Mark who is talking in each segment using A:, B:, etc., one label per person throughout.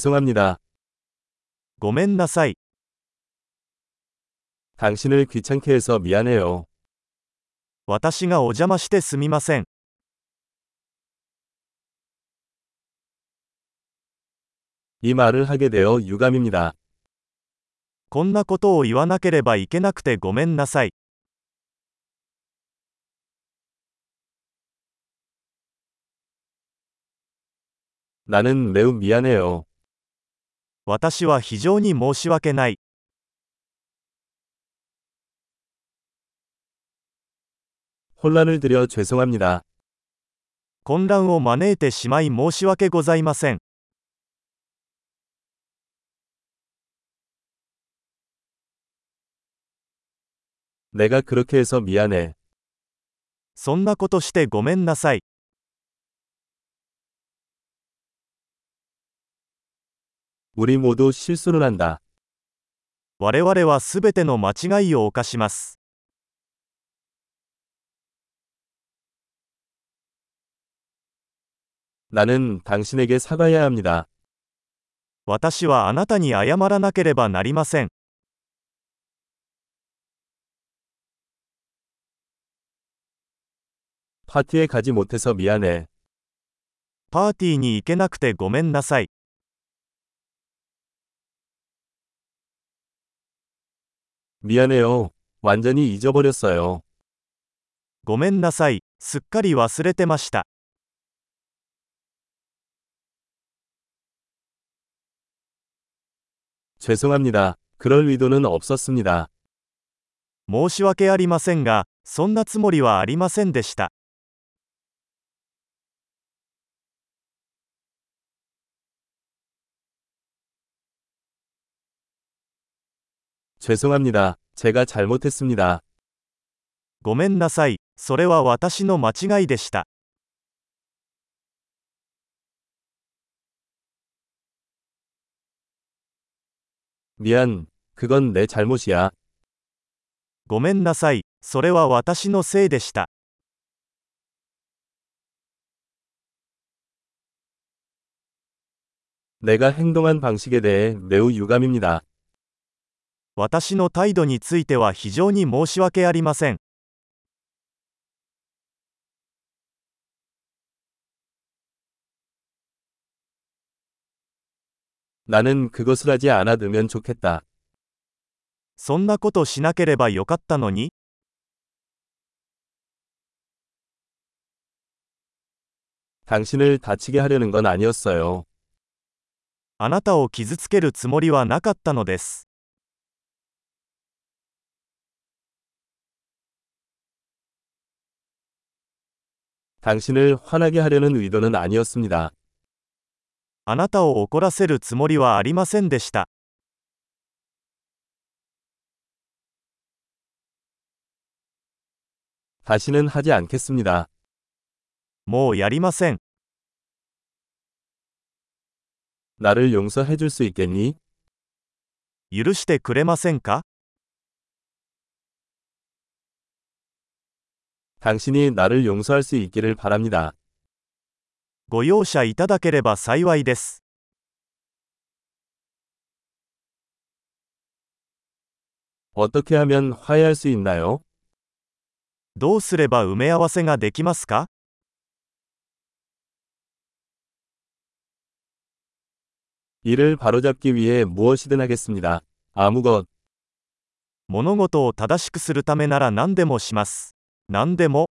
A: 죄송합니다.
B: ごめんなさい。
A: 당신을 귀찮게 해서 미안해요.
B: 私がお邪魔してすみません。
A: 이 말을 하게 되어 유감입니다.
B: こんなことを言わなければいけなくてごめんなさい。
A: 나는 매우 미안해요.
B: 私は非常に申し訳ない。
A: 혼란을 드려 죄송합니다.
B: 混乱を招いてしまい申し訳ございません。
A: 내가 그렇게 해서 미안해.
B: そんなことしてごめんなさい。
A: 우리 모두 실수를 한다.
B: 我々はすべての間違いを犯します。
A: 나는 당신에게 사과해야 합니다.
B: 私はあなたに謝らなければなりません。
A: 파티에 가지 못해서 미안해.
B: パーティーに行けなくてごめんなさい。
A: 미안해요. 완전히 잊어버렸어요.
B: ごめんなさい。すっかり忘れてました。
A: 죄송합니다. 그럴 의도는 없었습니다.
B: 申し訳ありませんが、そんなつもりはありませんでした。
A: 죄송합니다. 제가 잘못했습니다.
B: ごめんなさい。それは私の間違いでした。
A: 미안. 그건 내 잘못이야.
B: ごめんなさい。それは私のせいでした。
A: 내가 행동한 방식에 대해 매우 유감입니다.
B: 私の態度については非常に申し訳ありません。
A: 나는 그것을 하지 않았으면 좋겠다.
B: そんなことしなければよかったのに、
A: 당신을 다치게 하려는 건 아니었어요.
B: あなたを傷つけるつもりはなかったのです。
A: 당신을 화나게 하려는 의도는 아니었습니다.
B: あなたを怒らせるつもりはありませんでした。
A: 다시는 하지 않겠습니다.
B: もうやりません。
A: 나를 용서해 줄 수 있겠니?
B: 許してくれませんか
A: 당신이 나를 용서할 수 있기를 바랍니다.
B: ご容赦いただければ幸いです。
A: 어떻게 하면 화해할 수 있나요?
B: どうすれば埋め合わせができますか
A: 이를 바로잡기 위해 무엇이든 하겠습니다. 아무것.
B: 物事を正しくするためなら何でもします。何でも、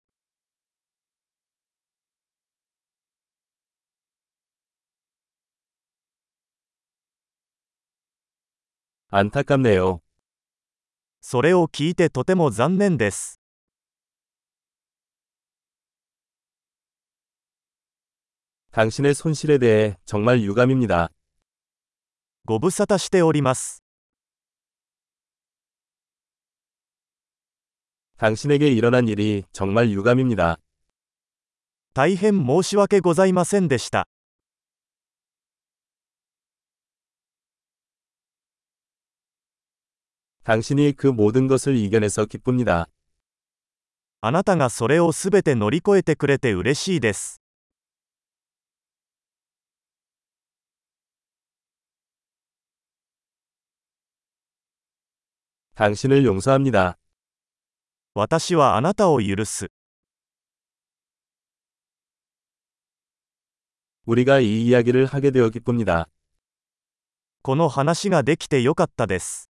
A: 안타깝네요.
B: それを聞いてとても残念です。
A: 당신의 손실에 대해 정말 유감입니다.
B: ご無沙汰しております。
A: 당신에게 일어난 일이 정말 유감입니다.
B: 大変申し訳ございませんでした。
A: 당신이 그 모든 것을 이겨내서 기쁩니다.
B: あなたがそれをすべて乗り越えてくれて嬉しいです。
A: 당신을 용서합니다.
B: 私はあなたを許す。
A: 우리가 이 이야기를 하게 되어 기쁩니다.
B: この話ができてよかったです。